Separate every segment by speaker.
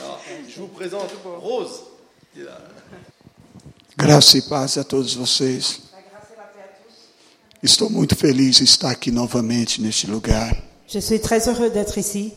Speaker 1: Alors, je vous présente Rose. qui est là.
Speaker 2: Graça e paz a todos vocês. Estou muito feliz de estar aqui novamente neste lugar.
Speaker 3: Je suis très heureux d'être ici,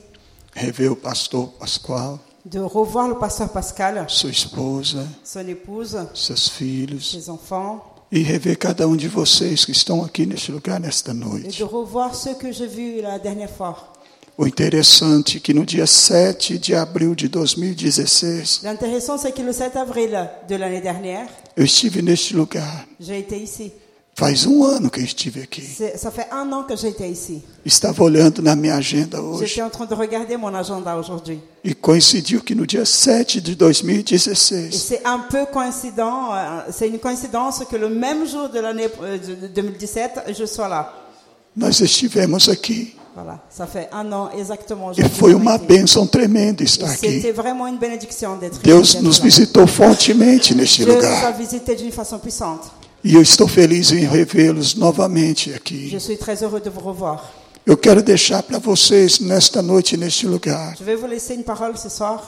Speaker 2: Rever o pastor Pascoal,
Speaker 3: de revoir le pasteur Pascal,
Speaker 2: sua esposa,
Speaker 3: son épouse,
Speaker 2: seus filhos
Speaker 3: ses enfants,
Speaker 2: e rever cada um de vocês que estão aqui neste lugar nesta
Speaker 3: et de
Speaker 2: noite.
Speaker 3: revoir ceux que j'ai vus la dernière fois.
Speaker 2: O interessante é que no dia 7 de abril de 2016,
Speaker 3: L'intéressant, c'est que le 7 avril de l'année dernière,
Speaker 2: eu estive neste lugar.
Speaker 3: j'ai été ici.
Speaker 2: Faz um ano que eu estive aqui.
Speaker 3: C'est- Ça fait un an que j'étais ici.
Speaker 2: Estava olhando na minha agenda hoje
Speaker 3: J'étais en train de regarder mon agenda aujourd'hui.
Speaker 2: e coincidiu que no dia 7 de
Speaker 3: Et
Speaker 2: 2016
Speaker 3: c'est un peu coïncident, euh, c'est une coïncidence que le même jour de l'année euh, de- de 2017, je sois là.
Speaker 2: nós estivemos aqui
Speaker 3: Voilà, ça fait un an exactement.
Speaker 2: e
Speaker 3: aujourd'hui
Speaker 2: foi
Speaker 3: qu'on a
Speaker 2: uma
Speaker 3: été.
Speaker 2: bênção tremenda
Speaker 3: Et
Speaker 2: estar aqui.
Speaker 3: C'était vraiment une bénédiction d'être
Speaker 2: Deus
Speaker 3: d'être
Speaker 2: nos
Speaker 3: là.
Speaker 2: visitou fortemente neste
Speaker 3: Dieu nous a
Speaker 2: lugar.
Speaker 3: visité d'une façon puissante.
Speaker 2: E eu estou feliz em revê-los novamente
Speaker 3: Je
Speaker 2: aqui.
Speaker 3: suis très heureux de vous revoir.
Speaker 2: Eu quero deixar para vocês, nesta noite, neste lugar,
Speaker 3: Je vais vous laisser une parole ce soir.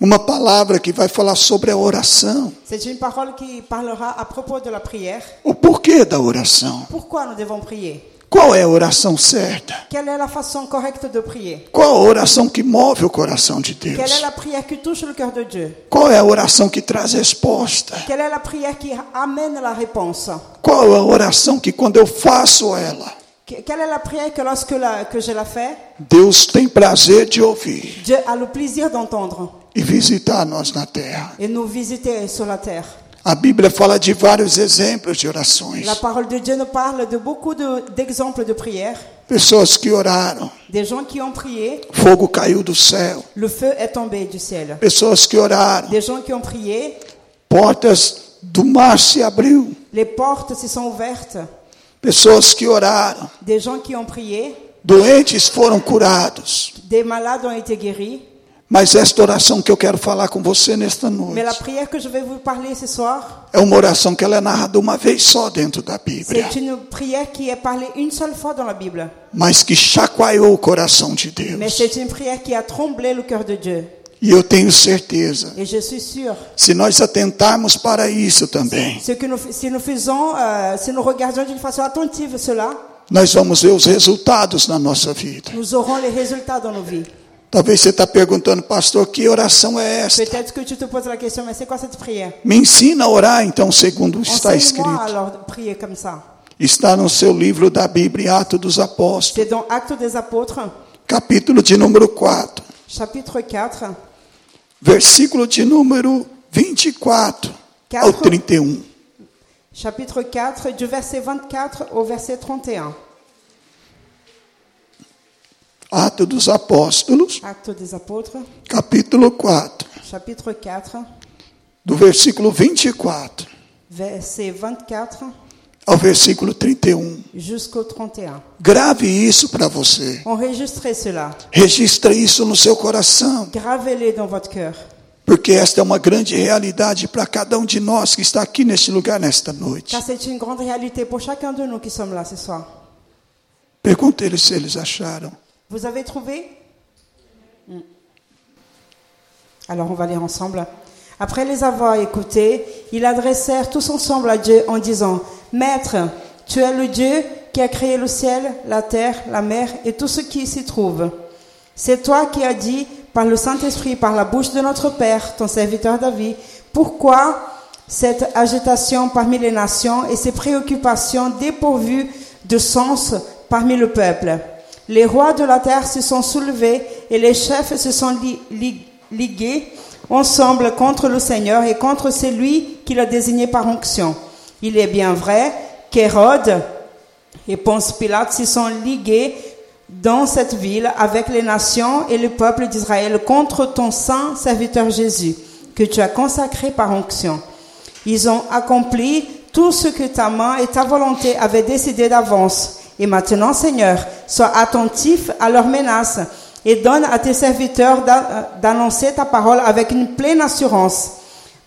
Speaker 2: uma palavra que vai falar sobre a oração.
Speaker 3: C'est une parole qui parlera à propos de la prière.
Speaker 2: O porquê da oração.
Speaker 3: Pourquoi nous devons prier
Speaker 2: Qual é a oração certa?
Speaker 3: Quelle est la façon correcte de prier
Speaker 2: Qual a oração que move o coração de
Speaker 3: Quelle est
Speaker 2: Deus?
Speaker 3: la prière qui touche le cœur de Dieu
Speaker 2: Qual é a oração que traz resposta?
Speaker 3: Quelle est la prière qui amène la réponse
Speaker 2: Qual é a oração que, quando eu faço ela,
Speaker 3: Que- Quelle est la prière que lorsque la- que je la fais,
Speaker 2: Deus tem prazer de ouvir
Speaker 3: Dieu a le plaisir d'entendre
Speaker 2: e visitar nós na terra?
Speaker 3: et nous visiter sur la terre
Speaker 2: A Bíblia fala de vários exemplos de orações.
Speaker 3: La parole de Dieu nous parle de beaucoup de- d'exemples de prières,
Speaker 2: Pessoas que oraram,
Speaker 3: des gens qui ont prié,
Speaker 2: fogo caiu do céu.
Speaker 3: le feu est tombé du ciel.
Speaker 2: Pessoas que oraram,
Speaker 3: Des gens qui ont prié,
Speaker 2: portas do mar se abriu.
Speaker 3: les portes se sont ouvertes.
Speaker 2: Pessoas que oraram,
Speaker 3: Des gens qui ont prié,
Speaker 2: doentes foram curados.
Speaker 3: des malades ont été guéris.
Speaker 2: Mas esta oração que eu quero falar com você nesta
Speaker 3: Mais la
Speaker 2: noite
Speaker 3: prière que je vais vous parler ce soir,
Speaker 2: é uma oração que ela é narrada uma vez só dentro da Bíblia,
Speaker 3: c'est une prière qui est parlée une seule fois dans la Bible.
Speaker 2: mas que chacoalhou o coração de
Speaker 3: Mais
Speaker 2: Deus.
Speaker 3: c'est une prière qui a tremblé le cœur de Dieu.
Speaker 2: E eu tenho certeza,
Speaker 3: Et je suis sûre,
Speaker 2: se nós atentarmos para isso também,
Speaker 3: ce que nous, si nous faisons, euh, si nous regardons d'une façon attentive cela,
Speaker 2: nós vamos ver os resultados na nossa vida.
Speaker 3: nous aurons les résultats dans nos vies.
Speaker 2: Talvez você está perguntando, pastor, que oração é esta?
Speaker 3: Peut-être que tu te poses la question, mais c'est quoi cette prière
Speaker 2: Me ensina a orar, então, segundo está
Speaker 3: Enseigne-moi
Speaker 2: escrito.
Speaker 3: alors de prier comme ça.
Speaker 2: Está no seu livro da Bíblia, Atos dos Apóstolos,
Speaker 3: C'est dans Actes des Apôtres,
Speaker 2: capítulo de número 4,
Speaker 3: chapitre 4,
Speaker 2: versículo de número 24 ao
Speaker 3: Quatro.
Speaker 2: 31.
Speaker 3: chapitre 4, du verset 24 au verset 31.
Speaker 2: Atos dos Apóstolos,
Speaker 3: Actes des Apôtres,
Speaker 2: capítulo 4,
Speaker 3: chapitre 4,
Speaker 2: do versículo 24
Speaker 3: verset 24
Speaker 2: ao versículo 31.
Speaker 3: jusqu'au 31.
Speaker 2: Grave isso para você.
Speaker 3: Enregistrez cela,
Speaker 2: Registre isso no seu coração,
Speaker 3: gravez-les dans votre cœur,
Speaker 2: porque esta é uma grande realidade para cada um de nós que está aqui neste lugar nesta noite.
Speaker 3: car c'est une grande réalité pour chacun de nous qui sommes là ce soir.
Speaker 2: Pergunte-lhes se eles acharam.
Speaker 3: Vous avez trouvé Hmm. Alors on va lire ensemble. Après les avoir écoutés, ils adressèrent tous ensemble à Dieu en disant, Maître, tu es le Dieu qui a créé le ciel, la terre, la mer et tout ce qui s'y trouve. C'est toi qui as dit par le Saint-Esprit, par la bouche de notre Père, ton serviteur David, pourquoi cette agitation parmi les nations et ces préoccupations dépourvues de sens parmi le peuple. Les rois de la terre se sont soulevés et les chefs se sont li- li- ligués ensemble contre le Seigneur et contre celui qu'il a désigné par onction. Il est bien vrai qu'Hérode et Ponce Pilate s'y sont ligués dans cette ville avec les nations et le peuple d'Israël contre ton saint serviteur Jésus, que tu as consacré par onction. Ils ont accompli tout ce que ta main et ta volonté avaient décidé d'avance. Et maintenant, Seigneur, sois attentif à leurs menaces et donne à tes serviteurs d'a- d'annoncer ta parole avec une pleine assurance.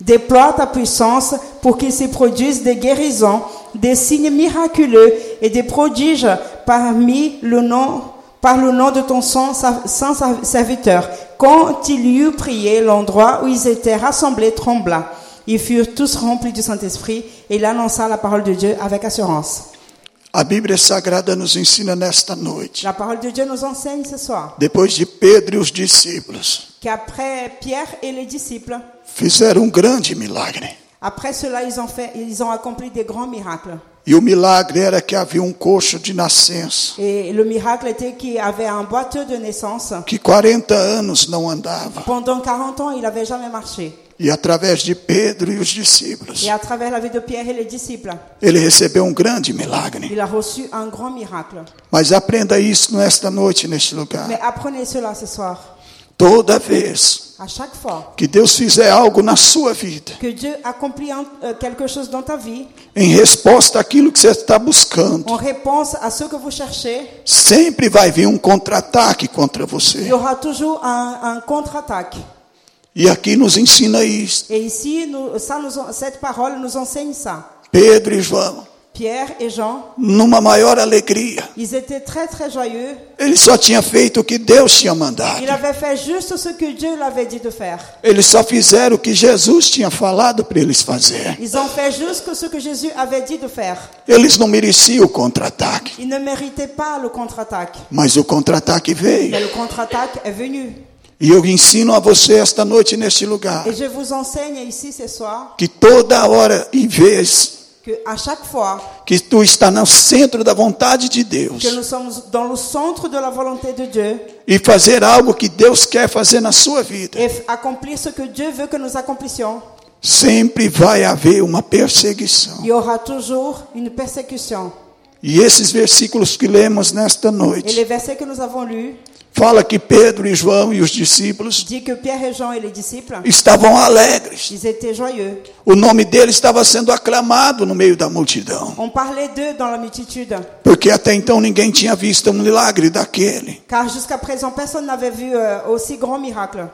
Speaker 3: Déploie ta puissance pour qu'il se produise des guérisons, des signes miraculeux et des prodiges parmi le nom, par le nom de ton sang, sa- saint sa- serviteur. Quand il y eut prié, l'endroit où ils étaient rassemblés trembla. Ils furent tous remplis du Saint-Esprit et il annonça la parole de Dieu avec assurance.
Speaker 2: A Bíblia Sagrada nos ensina nesta noite,
Speaker 3: La parole de Dieu nous enseigne ce soir
Speaker 2: depois de Pedro e os discípulos
Speaker 3: qu'après Pierre et les disciples,
Speaker 2: fizeram um grande milagre.
Speaker 3: après cela, ils ont, fait, ils ont accompli des grands miracles.
Speaker 2: E o milagre era que havia um coxo de nascença,
Speaker 3: Et le miracle était qu'il avait un boiteux de naissance.
Speaker 2: que 40 anos não andava,
Speaker 3: Pendant 40 ans, il n'avait jamais marché.
Speaker 2: e através de Pedro e os discípulos,
Speaker 3: Et à travers la vie de Pierre et les disciples,
Speaker 2: ele recebeu um grande milagre.
Speaker 3: il a reçu un grand miracle.
Speaker 2: Mas aprenda isso nesta noite, neste lugar.
Speaker 3: Mais apprenez cela ce soir.
Speaker 2: Toda vez
Speaker 3: À chaque fois
Speaker 2: que Deus fizer algo na sua vida,
Speaker 3: que Dieu accomplit un- euh, quelque chose dans ta vie,
Speaker 2: em resposta àquilo que você está buscando,
Speaker 3: en réponse à ce que vous cherchez,
Speaker 2: sempre vai vir um contra-ataque contra
Speaker 3: il
Speaker 2: você.
Speaker 3: y aura toujours un, un contre-attaque.
Speaker 2: E aqui nos ensina isso.
Speaker 3: Et ici, nous- ça nous en- cette parole nous enseigne ça.
Speaker 2: Pedro e João,
Speaker 3: Pierre et Jean,
Speaker 2: numa maior alegria,
Speaker 3: ils étaient très très joyeux.
Speaker 2: ele só tinha feito o que Deus tinha
Speaker 3: Ils
Speaker 2: mandado.
Speaker 3: avaient fait juste ce que Dieu l'avait dit de faire.
Speaker 2: Eles só fizeram o que Jesus tinha falado para eles fazer.
Speaker 3: Ils ont fait juste ce que Jésus avait dit de faire.
Speaker 2: Eles não mereciam o contra-ataque,
Speaker 3: Ils ne méritaient pas le contre-attaque.
Speaker 2: mas o contra-ataque
Speaker 3: Mais
Speaker 2: veio.
Speaker 3: le contre-attaque est venu.
Speaker 2: E eu ensino a você esta noite neste lugar
Speaker 3: Et je vous enseigne ici ce soir
Speaker 2: que toda hora e vez
Speaker 3: que à chaque fois
Speaker 2: que tu está no centro da vontade de Deus
Speaker 3: que nous sommes dans le centre de la volonté de Dieu
Speaker 2: e fazer algo que Deus quer fazer na sua vida,
Speaker 3: et f- accomplir ce que Dieu veut que nous accomplissions,
Speaker 2: sempre vai haver uma perseguição.
Speaker 3: il y aura toujours une persécution.
Speaker 2: E esses versículos que lemos nesta
Speaker 3: Et
Speaker 2: noite
Speaker 3: les versets que nous avons lus
Speaker 2: fala que Pedro e João e os discípulos
Speaker 3: dit que Pierre et Jean et les disciples,
Speaker 2: estavam alegres.
Speaker 3: ils étaient joyeux.
Speaker 2: O nome deles estava sendo aclamado no meio da multidão,
Speaker 3: On parlait d'eux dans la multitude,
Speaker 2: porque até então ninguém tinha visto um milagre daquele.
Speaker 3: car jusqu'à présent personne n'avait vu euh, aussi grand miracle.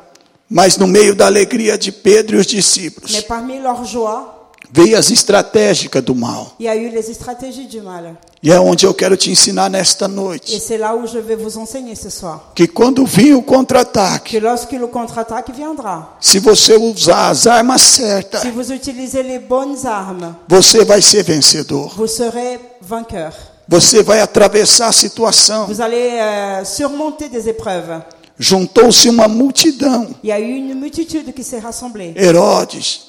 Speaker 2: Mas no meio da alegria de Pedro e os discípulos,
Speaker 3: Mais parmi leur joie,
Speaker 2: veio as estratégicas do mal.
Speaker 3: il y a eu les stratégies du mal.
Speaker 2: E é onde eu quero te ensinar nesta
Speaker 3: Et
Speaker 2: noite.
Speaker 3: c'est là où je vais vous enseigner ce soir.
Speaker 2: Que quando vir o
Speaker 3: Que
Speaker 2: contra-ataque,
Speaker 3: lorsque le contre-attaque viendra,
Speaker 2: se você usar as armas certas,
Speaker 3: si vous utilisez les bonnes armes,
Speaker 2: você vai ser vencedor.
Speaker 3: vous serez vainqueur.
Speaker 2: Você vai atravessar a situação.
Speaker 3: Vous allez euh, surmonter des épreuves.
Speaker 2: Juntou-se uma multidão.
Speaker 3: Il y a eu une multitude qui s'est rassemblée
Speaker 2: Herodes,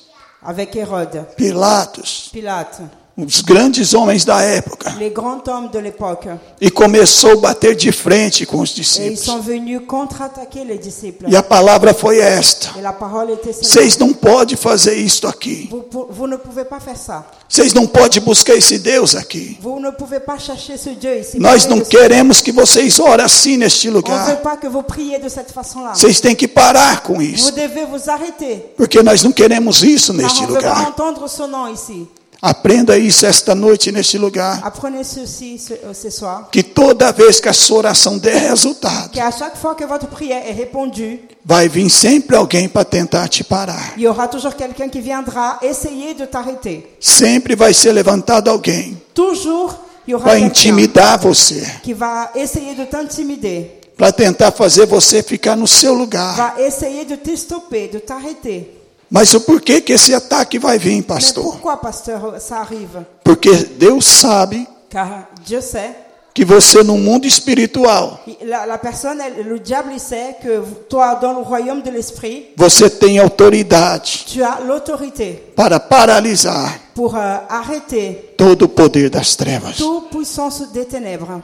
Speaker 3: avec Hérode,
Speaker 2: Pilatos,
Speaker 3: Pilate,
Speaker 2: os grandes hommes da época.
Speaker 3: les grands hommes de l'époque.
Speaker 2: E começou a bater de frente com os
Speaker 3: Et ils sont
Speaker 2: discípulos.
Speaker 3: venus contre-attaquer les disciples.
Speaker 2: E a palavra foi esta.
Speaker 3: Et la parole était celle
Speaker 2: Vocês não podem fazer isto aqui.
Speaker 3: vous, pou- vous ne pouvez pas faire ça.
Speaker 2: Vocês não podem buscar esse Deus aqui.
Speaker 3: Vous ne pouvez pas chercher ce Dieu ici.
Speaker 2: Nós não
Speaker 3: Priez de-
Speaker 2: queremos que vocês orem assim neste
Speaker 3: On ne veut
Speaker 2: lugar.
Speaker 3: pas que vous priez de cette façon-là.
Speaker 2: Vocês têm que parar com
Speaker 3: Vous
Speaker 2: isso,
Speaker 3: devez vous arrêter.
Speaker 2: porque nós não queremos isso
Speaker 3: Car
Speaker 2: neste
Speaker 3: on ne veut pas
Speaker 2: lugar.
Speaker 3: entendre son nom ici.
Speaker 2: Aprenda isso esta noite neste lugar,
Speaker 3: Apprenez ceci ce, euh, ce soir.
Speaker 2: que toda vez que a sua oração der resultado,
Speaker 3: Qu'à chaque fois que votre prière est répondue,
Speaker 2: vai vir sempre alguém para tentar te parar.
Speaker 3: il y aura toujours quelqu'un qui viendra essayer de t'arrêter.
Speaker 2: Sempre vai ser levantado alguém
Speaker 3: Toujours, il y aura
Speaker 2: para
Speaker 3: quelqu'un
Speaker 2: intimidar você,
Speaker 3: qui va essayer de t'intimider,
Speaker 2: para tentar fazer você ficar no seu lugar.
Speaker 3: va essayer de t'estopper, de t'arrêter.
Speaker 2: Mas o porquê que esse ataque vai vir,
Speaker 3: Mais
Speaker 2: pastor?
Speaker 3: pourquoi, pasteur, ça arrive
Speaker 2: Porque Deus sabe
Speaker 3: Car Dieu sait,
Speaker 2: que você no mundo espiritual
Speaker 3: il- la, la personne, elle- le diable, il sait que vous- toi, dans le royaume de l'esprit,
Speaker 2: Você tem autoridade
Speaker 3: tu as l'autorité
Speaker 2: para paralisar
Speaker 3: pour euh, arrêter
Speaker 2: todo o poder das trevas.
Speaker 3: toute puissance des ténèbres.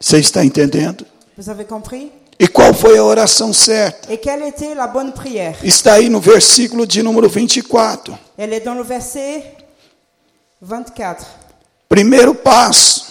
Speaker 2: Você está entendendo?
Speaker 3: Vous avez compris
Speaker 2: E qual foi a oração certa?
Speaker 3: Et quelle était la bonne prière
Speaker 2: Está aí no versículo de número 24.
Speaker 3: Elle est dans le verset 24.
Speaker 2: Primeiro passo: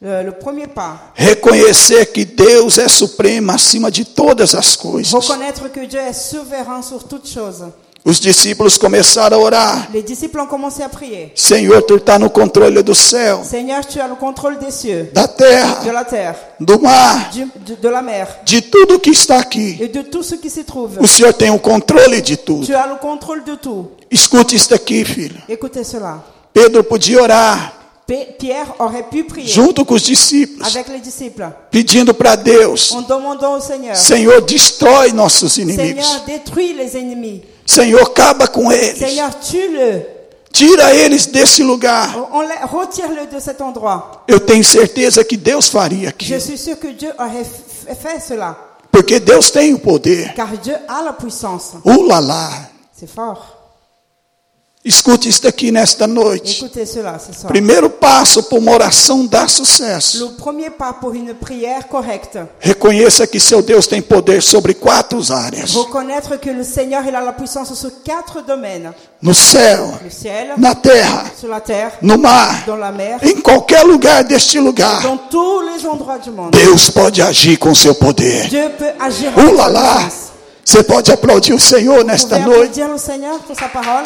Speaker 3: Le, le premier pas.
Speaker 2: reconhecer que Deus é supremo acima de todas as coisas.
Speaker 3: Reconnaître que Dieu est souverain sur toutes choses.
Speaker 2: Os discípulos começaram a orar:
Speaker 3: Les disciples ont commencé à prier.
Speaker 2: Senhor, tu está no controle do céu,
Speaker 3: Seigneur, tu as le contrôle des cieux,
Speaker 2: da
Speaker 3: de
Speaker 2: terra,
Speaker 3: la terre,
Speaker 2: do mar,
Speaker 3: du- de, de la mer
Speaker 2: de tudo que está aqui.
Speaker 3: et de tout ce qui s'y trouve.
Speaker 2: O Senhor tem o controle de tudo.
Speaker 3: Tu as le contrôle de tout.
Speaker 2: Escute isso aqui, filho.
Speaker 3: Écoutez cela.
Speaker 2: Pedro podia orar,
Speaker 3: Pe- Pierre aurait pu prier
Speaker 2: junto com os discípulos,
Speaker 3: avec les disciples
Speaker 2: pedindo para Deus:
Speaker 3: en demandant au Seigneur,
Speaker 2: Senhor, destrói nossos inimigos.
Speaker 3: Seigneur, détruis les ennemis.
Speaker 2: Senhor, acaba com eles.
Speaker 3: Seigneur, tue-le.
Speaker 2: Tira eles desse lugar.
Speaker 3: On le- retire-le de cet endroit.
Speaker 2: Eu tenho certeza que Deus faria
Speaker 3: Je
Speaker 2: aquilo.
Speaker 3: suis sûr que Dieu aurait f- fait cela,
Speaker 2: Porque Deus tem o poder.
Speaker 3: car Dieu a la puissance.
Speaker 2: Ulalá.
Speaker 3: C'est fort.
Speaker 2: Escute isso daqui nesta noite.
Speaker 3: Écoutez cela ce soir.
Speaker 2: Primeiro passo para uma oração dar sucesso.
Speaker 3: Le premier pas pour une prière correcte,
Speaker 2: Reconheça que seu Deus tem poder sobre quatro áreas:
Speaker 3: reconnaître que le Seigneur il a la puissance sur quatre domaines
Speaker 2: no céu,
Speaker 3: le ciel,
Speaker 2: na terra,
Speaker 3: sur la terre,
Speaker 2: no mar,
Speaker 3: dans la mer,
Speaker 2: em qualquer lugar deste lugar.
Speaker 3: dans tous les endroits du monde.
Speaker 2: Deus pode agir com seu poder.
Speaker 3: Dieu peut agir en
Speaker 2: Ulalá. Você pode aplaudir o Senhor
Speaker 3: Vous
Speaker 2: nesta
Speaker 3: pouvez
Speaker 2: noite.
Speaker 3: applaudir le Seigneur pour sa parole.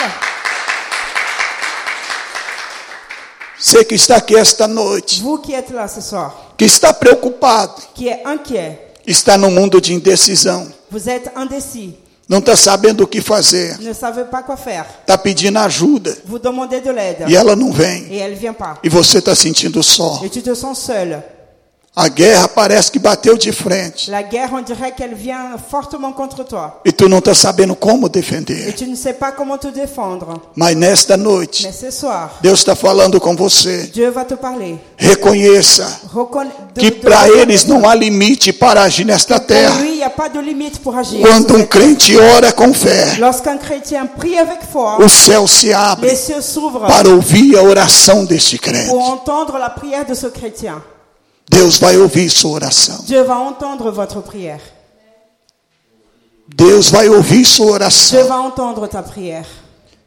Speaker 2: Você que está aqui esta noite,
Speaker 3: Vous qui êtes là ce soir,
Speaker 2: que está preocupado,
Speaker 3: qui êtes inquiet,
Speaker 2: está no mundo de indecisão,
Speaker 3: vous êtes indécis,
Speaker 2: não está sabendo o que fazer,
Speaker 3: ne savez pas quoi faire,
Speaker 2: está pedindo ajuda
Speaker 3: vous demandez de l'aide
Speaker 2: e ela não vem.
Speaker 3: et elle vient pas.
Speaker 2: E você está sentindo só.
Speaker 3: Et tu te sens seul.
Speaker 2: A guerra parece que bateu de frente
Speaker 3: La guerre, on dirait qu'elle vient fortement contre toi.
Speaker 2: e tu não está sabendo como
Speaker 3: Et
Speaker 2: defender.
Speaker 3: tu ne sais pas comment te défendre.
Speaker 2: Mas nesta noite,
Speaker 3: Mais ce soir,
Speaker 2: Deus está falando com você.
Speaker 3: Dieu va te parler.
Speaker 2: Reconheça
Speaker 3: Reconna- de-
Speaker 2: que
Speaker 3: de-
Speaker 2: para eles não há limite para agir nesta
Speaker 3: Pour
Speaker 2: terra.
Speaker 3: lui, il n'y a pas de limite pour agir.
Speaker 2: Quando um crente ora com fé,
Speaker 3: Lorsqu'un chrétien prie avec foi,
Speaker 2: o céu se abre
Speaker 3: les cieux s'ouvrent
Speaker 2: para ouvir a oração deste crente.
Speaker 3: pour entendre la prière de ce chrétien.
Speaker 2: Deus vai ouvir sua oração.
Speaker 3: Dieu va entendre votre prière.
Speaker 2: Deus vai ouvir sua
Speaker 3: Dieu
Speaker 2: oração.
Speaker 3: va entendre ta prière.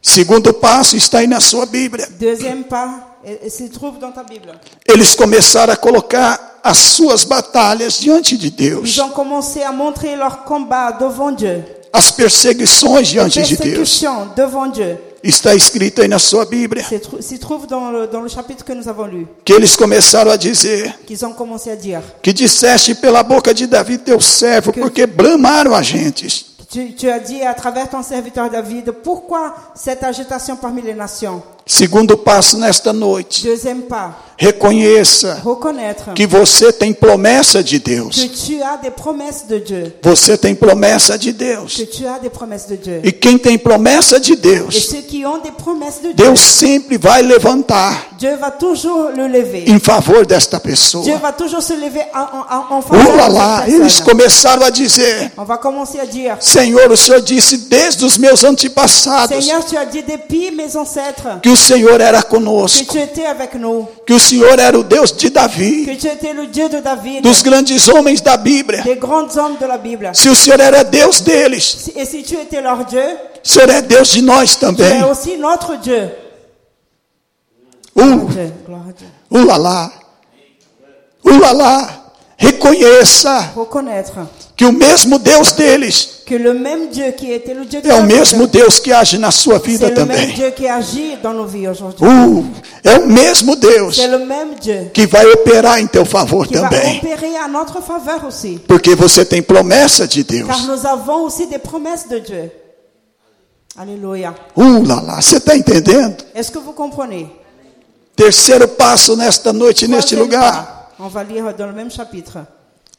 Speaker 2: Segundo passo está aí na sua Bíblia.
Speaker 3: Deuxième pas, et- et se trouve dans ta Bible.
Speaker 2: Eles começaram a colocar as suas batalhas diante de Deus,
Speaker 3: Ils ont commencé à montrer leur combat devant Dieu.
Speaker 2: as perseguições diante de Deus.
Speaker 3: Persécution devant Dieu.
Speaker 2: Está escrito aí na sua Bíblia
Speaker 3: Se trou- s'y trouve dans le, dans le chapitre que nous avons lu,
Speaker 2: que eles começaram a dizer
Speaker 3: qu'ils ont commencé à dire
Speaker 2: que disseste pela boca de Davi teu servo, porque bramaram a gente.
Speaker 3: tu, tu as dit à travers ton serviteur David, pourquoi cette agitation parmi les nations
Speaker 2: Segundo passo nesta noite,
Speaker 3: Deuxième pas,
Speaker 2: reconheça
Speaker 3: reconnaître
Speaker 2: que você tem promessa de Deus.
Speaker 3: que tu as des promesses de Dieu.
Speaker 2: Você tem promessa de
Speaker 3: Que
Speaker 2: Deus.
Speaker 3: tu as des promesses de Dieu.
Speaker 2: E quem tem promessa de
Speaker 3: Et
Speaker 2: Deus,
Speaker 3: ceux qui ont des promesses de Dieu,
Speaker 2: Deus sempre vai levantar
Speaker 3: Dieu va toujours le lever.
Speaker 2: em favor desta
Speaker 3: Dieu
Speaker 2: pessoa.
Speaker 3: va toujours se lever en, en, en- en faveur de
Speaker 2: Ulalá,
Speaker 3: cette
Speaker 2: eles
Speaker 3: personne.
Speaker 2: começaram a dizer:
Speaker 3: On va commencer à dire,
Speaker 2: Senhor, o Senhor disse desde os meus antepassados
Speaker 3: Seigneur, tu as dit depuis mes ancêtres
Speaker 2: que o Senhor era
Speaker 3: que
Speaker 2: conosco,
Speaker 3: tu étais avec nous,
Speaker 2: que o Senhor era o Deus de Davi,
Speaker 3: que tu étais le Dieu de David,
Speaker 2: dos grandes homens da Bíblia.
Speaker 3: des grands hommes de la Bible.
Speaker 2: Se o Senhor era Deus deles,
Speaker 3: Et si tu étais leur Dieu,
Speaker 2: o Senhor é Deus de nós
Speaker 3: tu
Speaker 2: também.
Speaker 3: es aussi notre Dieu.
Speaker 2: Uh,
Speaker 3: Dieu, gloire à Dieu.
Speaker 2: ulalá, ulalá, reconheça
Speaker 3: Reconnaître
Speaker 2: que o mesmo Deus deles
Speaker 3: que le même Dieu qui était le Dieu de
Speaker 2: é o
Speaker 3: David,
Speaker 2: mesmo Deus que age na sua
Speaker 3: c'est
Speaker 2: vida
Speaker 3: le même
Speaker 2: também.
Speaker 3: Dieu qui agit dans nos vies aujourd'hui.
Speaker 2: Uh, é o mesmo Deus.
Speaker 3: C'est le même Dieu
Speaker 2: que vai operar em teu favor
Speaker 3: qui va
Speaker 2: também.
Speaker 3: opérer à notre faveur aussi.
Speaker 2: Porque você tem promessa de
Speaker 3: Car
Speaker 2: Deus.
Speaker 3: nous avons aussi des promesses de Dieu. Alléluia.
Speaker 2: Uh, lá, lá. Você está entendendo?
Speaker 3: Est-ce que vous comprenez
Speaker 2: Terceiro passo nesta noite, neste
Speaker 3: Troisième
Speaker 2: lugar.
Speaker 3: pas. On va lire dans le même chapitre,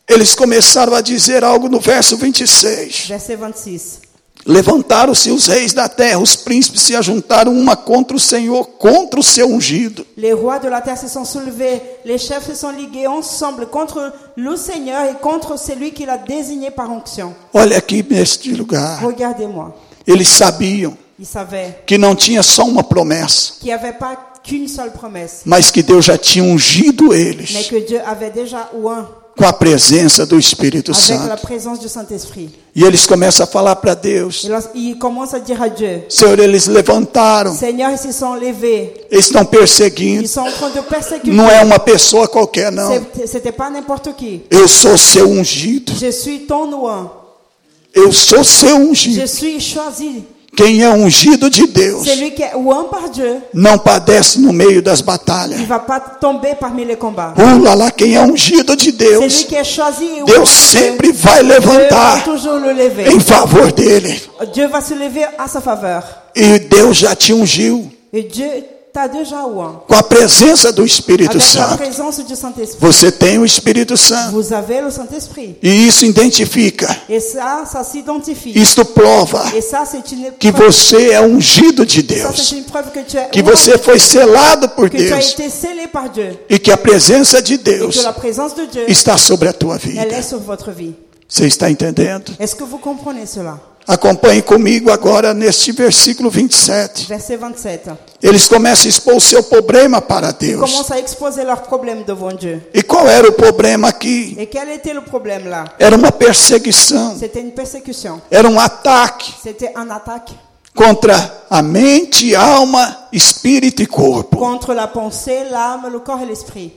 Speaker 2: Eles começaram a dizer algo no verso 26.
Speaker 3: verset 26.
Speaker 2: Levantaram-se os reis da terra, os príncipes se ajuntaram uma contra o Senhor, contra o seu ungido.
Speaker 3: Les rois de la terre se sont soulevés, les chefs se sont ligués ensemble contre le Seigneur et contre celui qu'il a désigné par onction.
Speaker 2: Olha aqui neste lugar.
Speaker 3: Regardez-moi.
Speaker 2: Eles sabiam
Speaker 3: Ils savaient
Speaker 2: que não tinha só uma promessa,
Speaker 3: qu'il n'y avait pas qu'une seule promesse,
Speaker 2: mas que Deus já tinha ungido
Speaker 3: mais
Speaker 2: eles
Speaker 3: Né, que Dieu avait déjà oint
Speaker 2: com a presença do Espírito
Speaker 3: avec la
Speaker 2: Santo.
Speaker 3: présence du Saint-Esprit.
Speaker 2: E eles começam a falar para Deus.
Speaker 3: Et lorsqu- Ils commencent à dire à Dieu,
Speaker 2: Senhor, eles levantaram,
Speaker 3: Seigneur, ils se sont levés,
Speaker 2: eles estão
Speaker 3: ils
Speaker 2: perseguindo.
Speaker 3: sont en train de persécuter.
Speaker 2: Não é uma pessoa qualquer, não.
Speaker 3: C'est- C'était pas n'importe qui.
Speaker 2: Eu sou seu ungido.
Speaker 3: Je suis ton oint.
Speaker 2: Eu sou seu
Speaker 3: Je
Speaker 2: ungido.
Speaker 3: suis choisi.
Speaker 2: Quem é ungido de Deus
Speaker 3: Celui qui est oint par Dieu,
Speaker 2: não padece no meio das
Speaker 3: il
Speaker 2: batalhas.
Speaker 3: va pas tomber parmi les combats.
Speaker 2: Pula lá, quem é ungido de
Speaker 3: Celui
Speaker 2: Deus,
Speaker 3: qui est choisi et oint par
Speaker 2: Deus
Speaker 3: Dieu,
Speaker 2: sempre vai
Speaker 3: Dieu va
Speaker 2: levantar
Speaker 3: toujours le lever.
Speaker 2: em favor dele.
Speaker 3: Dieu va se lever à sa faveur.
Speaker 2: E Deus já te ungiu.
Speaker 3: Et Dieu T'as déjà ou un.
Speaker 2: com a presença do Espírito
Speaker 3: Avec la
Speaker 2: Santo.
Speaker 3: présence du Saint-Esprit,
Speaker 2: Você tem o Espírito Santo.
Speaker 3: vous avez le Saint-Esprit.
Speaker 2: E isso identifica,
Speaker 3: Et ça, ça s'identifie.
Speaker 2: isto prova
Speaker 3: Et ça, c'est une
Speaker 2: que
Speaker 3: preuve.
Speaker 2: você é ungido de
Speaker 3: Ça,
Speaker 2: Deus,
Speaker 3: c'est une preuve que tu es
Speaker 2: que você foi selado por
Speaker 3: que tu as
Speaker 2: Deus
Speaker 3: été scellé par Dieu
Speaker 2: e que a presença de
Speaker 3: et
Speaker 2: Deus
Speaker 3: que la présence de Dieu,
Speaker 2: está sobre a tua
Speaker 3: elle est
Speaker 2: vida.
Speaker 3: sur votre vie.
Speaker 2: Você está entendendo?
Speaker 3: Est-ce que vous comprenez cela
Speaker 2: Acompanhe comigo agora neste versículo 27.
Speaker 3: Verset 27.
Speaker 2: Eles começam a expor o seu problema para Deus.
Speaker 3: Commence à exposer leurs problèmes devant Dieu.
Speaker 2: E qual era o problema aqui?
Speaker 3: Et quel était le problème là
Speaker 2: Era uma perseguição,
Speaker 3: C'était une persécution.
Speaker 2: era um ataque
Speaker 3: C'était une attaque
Speaker 2: contra a mente, alma, espírito e corpo.
Speaker 3: contre la pensée, l'âme, le corps et l'esprit.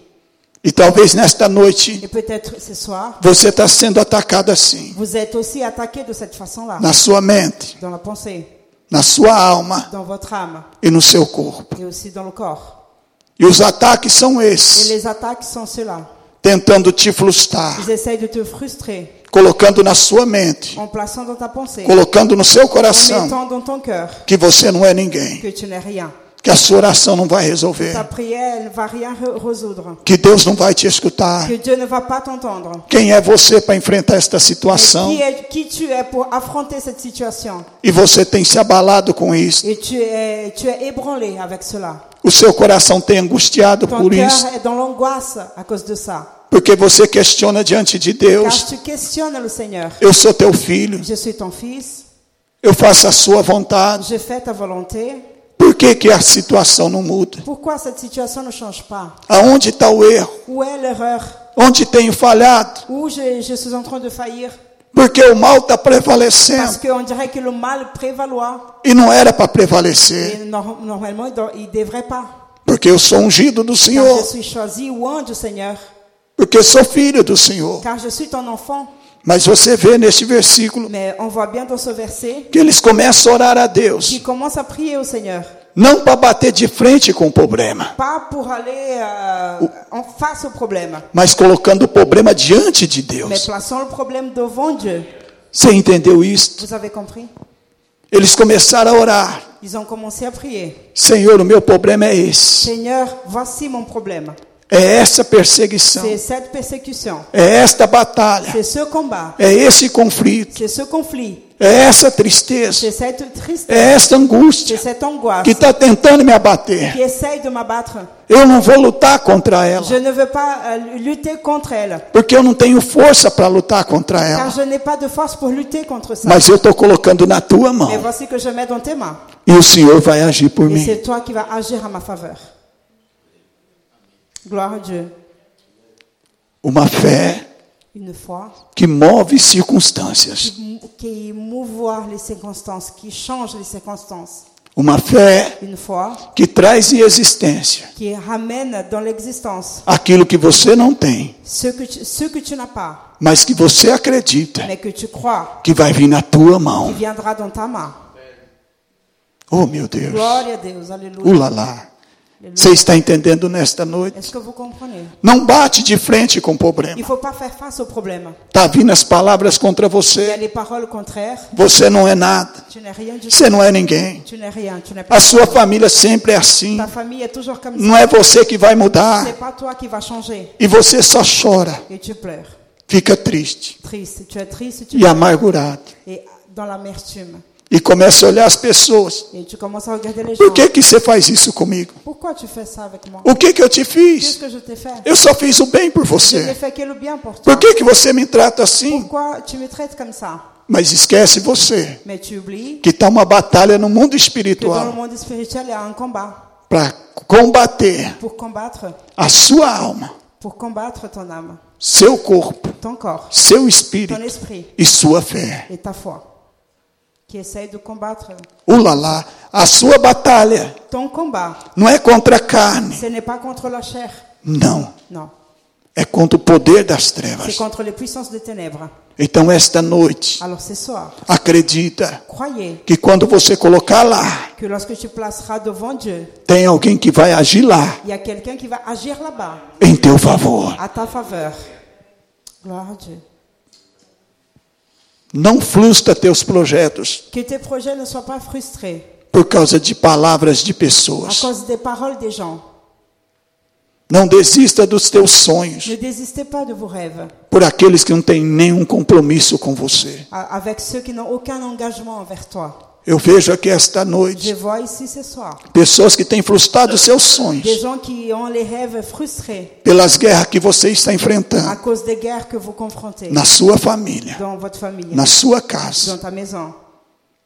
Speaker 2: E talvez nesta noite
Speaker 3: Et peut-être ce soir,
Speaker 2: Você está sendo atacado assim,
Speaker 3: vous êtes aussi attaqué de cette façon-là,
Speaker 2: na sua mente,
Speaker 3: dans la pensée,
Speaker 2: na sua alma
Speaker 3: dans votre âme
Speaker 2: e no seu corpo.
Speaker 3: et aussi dans le corps.
Speaker 2: E os ataques são
Speaker 3: Et
Speaker 2: esses,
Speaker 3: les attaques sont ceux-là.
Speaker 2: tentando te frustrar,
Speaker 3: Ils essayent de te frustrer
Speaker 2: colocando na sua mente,
Speaker 3: en plaçant dans ta pensée,
Speaker 2: colocando no seu
Speaker 3: en
Speaker 2: coração
Speaker 3: mettant dans ton cœur
Speaker 2: que você não é ninguém,
Speaker 3: que tu n'es rien.
Speaker 2: que a sua oração não vai resolver,
Speaker 3: Ta prière, elle ne va rien re- résoudre.
Speaker 2: que Deus não vai te escutar.
Speaker 3: Que Dieu ne va pas t'entendre.
Speaker 2: Quem é você para enfrentar esta
Speaker 3: Mais
Speaker 2: situação?
Speaker 3: Qui, est- qui tu es pour affronter cette situation
Speaker 2: E você tem se abalado com isso.
Speaker 3: Et tu es, tu es ébranlé avec cela.
Speaker 2: O seu coração tem angustiado
Speaker 3: Ton
Speaker 2: por isso,
Speaker 3: cœur est dans l'angoisse à cause de ça.
Speaker 2: porque você questiona diante de Deus.
Speaker 3: Car tu questionnes le Seigneur.
Speaker 2: Eu sou teu filho.
Speaker 3: Je suis ton fils,
Speaker 2: Eu faço a sua vontade.
Speaker 3: je fais ta volonté.
Speaker 2: Por que, que a situação não muda?
Speaker 3: Pourquoi cette situation ne change pas
Speaker 2: Aonde está o erro?
Speaker 3: Où est l'erreur
Speaker 2: Onde tenho falhado?
Speaker 3: Où je, je suis en train de faillir
Speaker 2: Porque o mal está
Speaker 3: Parce
Speaker 2: prevalecendo
Speaker 3: qu'on dirait que le mal prévaloit.
Speaker 2: e não era para prevalecer.
Speaker 3: Et nor- normalement, il do- il ne devrait pas.
Speaker 2: Porque eu sou ungido do
Speaker 3: Car
Speaker 2: Senhor,
Speaker 3: je suis choisi ou un du Seigneur.
Speaker 2: porque sou filho do Senhor.
Speaker 3: Car je suis ton enfant.
Speaker 2: Mas você vê neste versículo
Speaker 3: Mais on voit bien dans ce verset
Speaker 2: que eles começam a orar a Deus,
Speaker 3: qu'il commence à prier au Seigneur.
Speaker 2: não para bater de frente com o problema,
Speaker 3: Pas pour aller euh, en face au problème,
Speaker 2: mas colocando o problema diante de
Speaker 3: mais
Speaker 2: Deus.
Speaker 3: plaçons le problème devant Dieu.
Speaker 2: Você entendeu isso?
Speaker 3: Vous avez compris
Speaker 2: Eles começaram a orar.
Speaker 3: Ils ont commencé à prier.
Speaker 2: Senhor, o meu problema é esse.
Speaker 3: Seigneur, voici mon problème.
Speaker 2: É essa perseguição.
Speaker 3: C'est cette persécution.
Speaker 2: É esta batalha,
Speaker 3: C'est ce combat.
Speaker 2: é esse conflito,
Speaker 3: C'est ce conflit.
Speaker 2: é essa tristeza,
Speaker 3: C'est cette tristesse.
Speaker 2: é esta
Speaker 3: C'est
Speaker 2: angústia
Speaker 3: cette angoisse
Speaker 2: que está tentando me abater.
Speaker 3: qui essaye de m'abattre.
Speaker 2: Eu não vou lutar contra
Speaker 3: Je
Speaker 2: ela,
Speaker 3: ne veux pas euh, lutter contre elle.
Speaker 2: porque eu não tenho força para lutar contra
Speaker 3: Car
Speaker 2: ela.
Speaker 3: je n'ai pas de force pour lutter contre ça.
Speaker 2: Mas eu estou colocando na tua
Speaker 3: Mais
Speaker 2: mão
Speaker 3: voici que je mets dans tes mains.
Speaker 2: e o Senhor vai agir por
Speaker 3: Et
Speaker 2: mim.
Speaker 3: c'est toi qui vas agir à ma faveur. Gloire à Dieu.
Speaker 2: Uma fé
Speaker 3: Une foi
Speaker 2: que move circunstâncias,
Speaker 3: qui, qui mouvoir les circonstances, qui change les circonstances.
Speaker 2: uma fé
Speaker 3: Une foi
Speaker 2: que traz em existência
Speaker 3: qui ramène dans l'existence
Speaker 2: aquilo que você não tem,
Speaker 3: ce que tu, ce que tu n'as pas,
Speaker 2: mas que você acredita
Speaker 3: mais que tu crois
Speaker 2: que vai vir na tua mão.
Speaker 3: viendra dans ta main.
Speaker 2: Oh, meu Deus.
Speaker 3: Gloire à Dieu. Alléluia.
Speaker 2: Ulalá. Você está entendendo nesta noite?
Speaker 3: Est-ce que vous comprenez
Speaker 2: Não bate de frente com o
Speaker 3: Il ne
Speaker 2: problema.
Speaker 3: faut pas faire face au problème.
Speaker 2: Está vindo as palavras contra
Speaker 3: Il y a
Speaker 2: você.
Speaker 3: les paroles contraires.
Speaker 2: Você não é nada.
Speaker 3: Tu n'es rien du tout.
Speaker 2: Você não é ninguém.
Speaker 3: Tu n'es rien. Tu n'es pas.
Speaker 2: A sua família sempre é assim.
Speaker 3: Ta famille est toujours comme ça.
Speaker 2: Não é você que vai mudar.
Speaker 3: C'est pas toi qui vas changer.
Speaker 2: E você só chora,
Speaker 3: Et tu pleures.
Speaker 2: fica triste
Speaker 3: Triste. Tu es triste. Tu
Speaker 2: e amargurado.
Speaker 3: et dans l'amertume.
Speaker 2: E começa a olhar as pessoas.
Speaker 3: Et tu commences à regarder les gens.
Speaker 2: Por que, que você faz isso comigo?
Speaker 3: Pourquoi tu fais ça avec moi
Speaker 2: O que, que eu te
Speaker 3: Qu'est-ce
Speaker 2: fiz?
Speaker 3: que je t'ai fait
Speaker 2: Eu só fiz o bem por
Speaker 3: Je n'ai
Speaker 2: você.
Speaker 3: fait que le bien pour toi.
Speaker 2: Por que, que você me trata assim?
Speaker 3: Pourquoi tu me traites comme ça
Speaker 2: Mas esquece você.
Speaker 3: Mais tu oublies
Speaker 2: que está uma batalha no mundo
Speaker 3: que dans le
Speaker 2: espiritual
Speaker 3: monde spirituel, il y a un combat
Speaker 2: para combater
Speaker 3: pour combattre,
Speaker 2: a sua alma,
Speaker 3: pour combattre ton âme,
Speaker 2: seu corpo,
Speaker 3: ton corps,
Speaker 2: seu
Speaker 3: ton
Speaker 2: espírito
Speaker 3: esprit
Speaker 2: e sua fé.
Speaker 3: et ta foi. Qui essaye de combattre
Speaker 2: Ulalá, a sua batalha
Speaker 3: ton combat.
Speaker 2: não é contra a carne,
Speaker 3: Ce n'est pas contre la chair,
Speaker 2: não,
Speaker 3: non.
Speaker 2: é contra o poder das
Speaker 3: C'est
Speaker 2: trevas.
Speaker 3: contre les puissances des ténèbres.
Speaker 2: Então esta noite,
Speaker 3: Alors ce soir,
Speaker 2: acredita
Speaker 3: croyez
Speaker 2: que quando você colocar lá,
Speaker 3: que lorsque tu placeras devant Dieu,
Speaker 2: tem alguém que vai agir lá
Speaker 3: il y a quelqu'un qui va agir là-bas
Speaker 2: em teu favor.
Speaker 3: à ta faveur. Gloire à Dieu.
Speaker 2: Não frustra teus projetos,
Speaker 3: Que tes projets ne soient pas frustrés
Speaker 2: por causa de palavras de
Speaker 3: à
Speaker 2: pessoas.
Speaker 3: cause des paroles des gens.
Speaker 2: Não desista dos teus sonhos
Speaker 3: Ne désistez pas de vos rêves
Speaker 2: por aqueles que não têm nenhum compromisso com você.
Speaker 3: a- avec ceux qui n'ont aucun engagement envers toi.
Speaker 2: Eu vejo aqui esta
Speaker 3: Je
Speaker 2: noite
Speaker 3: vois ici ce soir
Speaker 2: pessoas que têm frustrado seus sonhos
Speaker 3: des gens qui ont les rêves frustrés
Speaker 2: pelas guerras que você está
Speaker 3: à
Speaker 2: enfrentando
Speaker 3: cause des guerres que vous confrontez
Speaker 2: na sua família,
Speaker 3: dans votre famille,
Speaker 2: na sua
Speaker 3: dans
Speaker 2: casa,
Speaker 3: ta maison,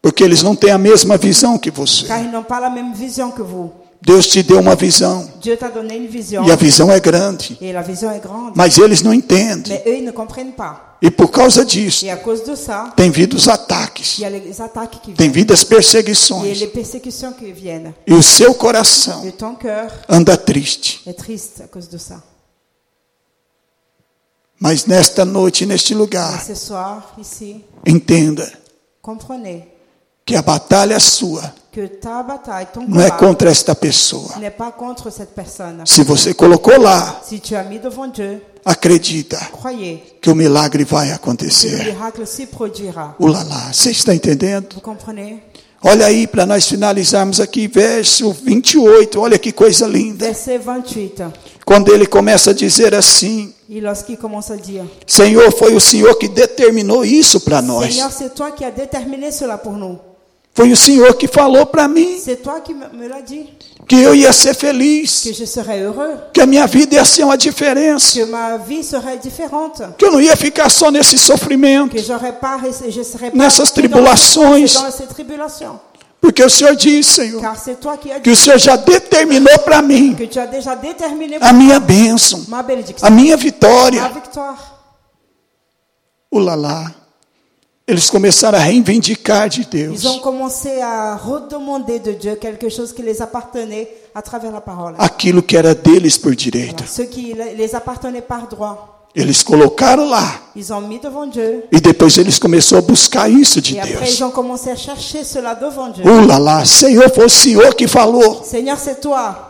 Speaker 2: porque eles não têm a mesma visão que você.
Speaker 3: car ils n'ont pas la même vision que vous.
Speaker 2: Deus te deu uma visão
Speaker 3: Dieu t'a donné une vision
Speaker 2: e a visão é grande,
Speaker 3: et la vision est grande,
Speaker 2: mas eles não entendem.
Speaker 3: mais eux ils ne comprennent pas.
Speaker 2: E por causa disso,
Speaker 3: Et à cause de ça,
Speaker 2: tem vindo os ataques,
Speaker 3: il y a les attaques qui
Speaker 2: tem
Speaker 3: viennent
Speaker 2: vindo as
Speaker 3: et
Speaker 2: perseguições
Speaker 3: les persécutions qui viennent.
Speaker 2: e o seu coração
Speaker 3: Et ton cœur
Speaker 2: anda triste.
Speaker 3: est triste à cause de ça.
Speaker 2: Mas nesta noite, neste
Speaker 3: Et
Speaker 2: lugar,
Speaker 3: ce soir, ici,
Speaker 2: entenda
Speaker 3: comprenez
Speaker 2: que a batalha é sua
Speaker 3: que ta bataille, ton
Speaker 2: não é
Speaker 3: combat,
Speaker 2: contra esta pessoa.
Speaker 3: n'est pas contre cette personne.
Speaker 2: Se você colocou lá,
Speaker 3: Si tu as mis devant Dieu,
Speaker 2: acredita
Speaker 3: croyez
Speaker 2: que o milagre vai
Speaker 3: que le
Speaker 2: acontecer.
Speaker 3: miracle s'y produira.
Speaker 2: Ulala, você está entendendo?
Speaker 3: Vous comprenez
Speaker 2: Olha aí para nós finalizarmos aqui, verso 28. Olha que coisa linda.
Speaker 3: Verset 28.
Speaker 2: Quando ele começa a dizer assim:
Speaker 3: Et lorsqu'il commence à dire,
Speaker 2: Senhor, foi o Senhor que determinou isso para nós.
Speaker 3: Seigneur, c'est toi qui as déterminé cela pour nous.
Speaker 2: Foi o Senhor que falou para mim
Speaker 3: C'est toi qui me, me l'as dit,
Speaker 2: que eu ia ser feliz,
Speaker 3: que je serais heureux,
Speaker 2: que a minha vida ia ser uma diferença,
Speaker 3: que ma vie serait différente,
Speaker 2: que eu não ia ficar só nesse sofrimento,
Speaker 3: que j'aurais pas, resté- je serais pas
Speaker 2: Nessas
Speaker 3: resté dans-
Speaker 2: tribulações.
Speaker 3: dans ces tribulations.
Speaker 2: porque o Senhor diz, Senhor,
Speaker 3: Car c'est toi qui as
Speaker 2: que
Speaker 3: dit
Speaker 2: o Senhor já determinou para mim
Speaker 3: que tu as déjà déterminé
Speaker 2: a minha bênção,
Speaker 3: ma bénédiction,
Speaker 2: a minha
Speaker 3: ma
Speaker 2: vitória.
Speaker 3: victoire.
Speaker 2: Ulalá. Eles começaram a reivindicar de Deus
Speaker 3: Ils ont commencé à redemander de Dieu quelque chose qui les appartenait à travers la parole.
Speaker 2: aquilo que era deles por direito.
Speaker 3: Ce qui les appartenait par droit.
Speaker 2: Eles colocaram lá
Speaker 3: Ils ont mis devant Dieu.
Speaker 2: e depois eles começaram a buscar isso de
Speaker 3: Et après,
Speaker 2: Deus.
Speaker 3: ils ont commencé à chercher cela devant Dieu.
Speaker 2: Ulalá, Senhor, foi o Senhor que falou
Speaker 3: Seigneur, c'est toi.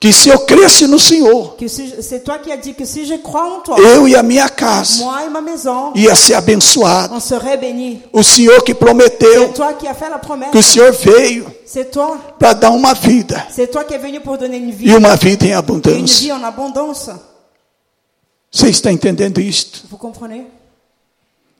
Speaker 2: que se eu cresce no Senhor,
Speaker 3: Que si je- c'est toi qui as dit que si je crois en toi,
Speaker 2: eu e a minha casa
Speaker 3: moi et ma maison,
Speaker 2: ia ser abençoado.
Speaker 3: on serait bénis.
Speaker 2: O Senhor que
Speaker 3: C'est
Speaker 2: prometeu
Speaker 3: toi qui as fait la
Speaker 2: que o
Speaker 3: promesse.
Speaker 2: Senhor veio
Speaker 3: C'est toi.
Speaker 2: para dar uma vida
Speaker 3: C'est toi qui es venu pour donner une
Speaker 2: e
Speaker 3: vie.
Speaker 2: uma vida em
Speaker 3: Et une
Speaker 2: abundância.
Speaker 3: vie en abondance.
Speaker 2: Você está entendendo isto?
Speaker 3: Vous comprenez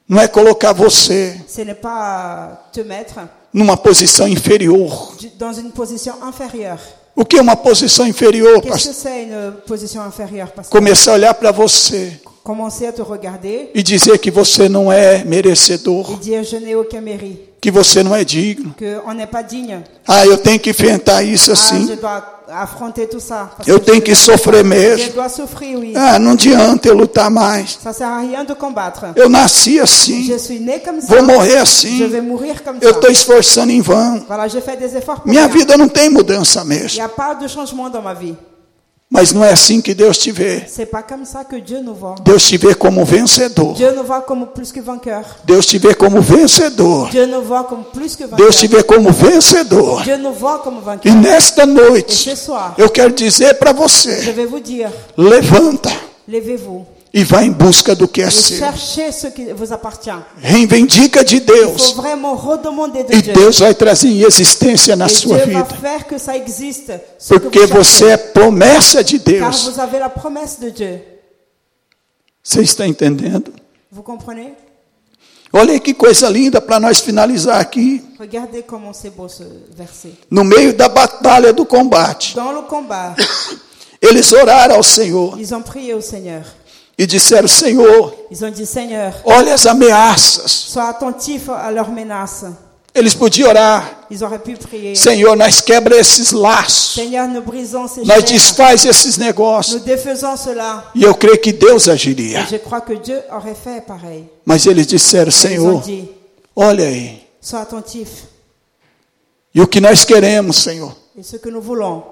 Speaker 2: Não é colocar você
Speaker 3: Ce n'est pas euh, te mettre
Speaker 2: numa posição inferior.
Speaker 3: du- dans une position inférieure.
Speaker 2: O que é uma posição inferior,
Speaker 3: Qu'est-ce que
Speaker 2: pastor?
Speaker 3: c'est une position inférieure Parce que
Speaker 2: Começar a olhar para você
Speaker 3: commencer à te regarder
Speaker 2: e dizer que você não é
Speaker 3: et
Speaker 2: merecedor,
Speaker 3: dire je n'ai aucun mérite,
Speaker 2: que você não é digno.
Speaker 3: qu'on n'est pas digne.
Speaker 2: Ah, eu tenho que enfrentar isso
Speaker 3: Ah, je
Speaker 2: assim.
Speaker 3: dois affronter tout ça. parce
Speaker 2: Eu
Speaker 3: que
Speaker 2: tenho
Speaker 3: je
Speaker 2: que
Speaker 3: dois-
Speaker 2: sofrer
Speaker 3: Je
Speaker 2: mesmo.
Speaker 3: dois souffrir, oui.
Speaker 2: Ah, não adianta eu lutar mais.
Speaker 3: Ça sert à rien de combattre.
Speaker 2: Eu nasci assim.
Speaker 3: Je suis né comme ça.
Speaker 2: Vou morrer
Speaker 3: Je
Speaker 2: assim.
Speaker 3: vais mourir comme ça.
Speaker 2: Eu estou esforçando em vão.
Speaker 3: Voilà, j'ai fait des efforts pour
Speaker 2: Minha
Speaker 3: rien.
Speaker 2: vida não tem mudança
Speaker 3: Il
Speaker 2: mesmo.
Speaker 3: n'y a pas de changement dans ma vie.
Speaker 2: Mas não é assim que Deus te vê.
Speaker 3: C'est pas comme ça que Dieu nous voit.
Speaker 2: Deus te vê como vencedor.
Speaker 3: Dieu nous voit comme plus que vainqueur.
Speaker 2: Deus te vê como vencedor.
Speaker 3: Dieu nous voit comme plus que vainqueur.
Speaker 2: Deus te vê como vencedor.
Speaker 3: Dieu nous voit comme
Speaker 2: E
Speaker 3: vainqueur.
Speaker 2: nesta
Speaker 3: Et
Speaker 2: noite,
Speaker 3: ce soir,
Speaker 2: eu quero dizer para
Speaker 3: je
Speaker 2: você:
Speaker 3: vais vous dire,
Speaker 2: levanta
Speaker 3: levez-vous
Speaker 2: e vá em busca do que é
Speaker 3: et
Speaker 2: seu.
Speaker 3: cherchez ce qui vous appartient.
Speaker 2: Reivindica de
Speaker 3: Il faut
Speaker 2: Deus.
Speaker 3: vraiment redemander de
Speaker 2: E
Speaker 3: Dieu.
Speaker 2: Deus vai trazer em existência na
Speaker 3: et
Speaker 2: sua
Speaker 3: Dieu va
Speaker 2: vida.
Speaker 3: faire que ça existe. ce que
Speaker 2: Porque
Speaker 3: vous
Speaker 2: você
Speaker 3: cherchez.
Speaker 2: é promessa de
Speaker 3: Car
Speaker 2: Deus.
Speaker 3: vous avez la promesse de Dieu.
Speaker 2: Você está entendendo?
Speaker 3: Vous comprenez
Speaker 2: Olha que coisa linda para nós finalizar aqui.
Speaker 3: Regardez comment c'est beau ce verset.
Speaker 2: No meio da batalha do combate,
Speaker 3: Dans le combat,
Speaker 2: eles oraram ao Senhor
Speaker 3: ils ont prié au Seigneur.
Speaker 2: e disseram: Senhor,
Speaker 3: Ils ont dit Seigneur,
Speaker 2: olha as ameaças.
Speaker 3: sois attentif à leurs menaces.
Speaker 2: Eles podiam orar:
Speaker 3: Ils auraient pu prier.
Speaker 2: Senhor, nós quebra esses laços,
Speaker 3: Seigneur, nous brisons ces
Speaker 2: nós
Speaker 3: chaînes.
Speaker 2: desfaz esses
Speaker 3: Nous
Speaker 2: negócios.
Speaker 3: défaisons cela.
Speaker 2: E eu creio que Deus
Speaker 3: Et
Speaker 2: agiria.
Speaker 3: je crois que Dieu aurait fait pareil.
Speaker 2: Mas eles disseram:
Speaker 3: Ils ont
Speaker 2: Senhor,
Speaker 3: dit
Speaker 2: olha aí.
Speaker 3: Sois attentif.
Speaker 2: E o que nós queremos, Senhor,
Speaker 3: Et ce que nous voulons,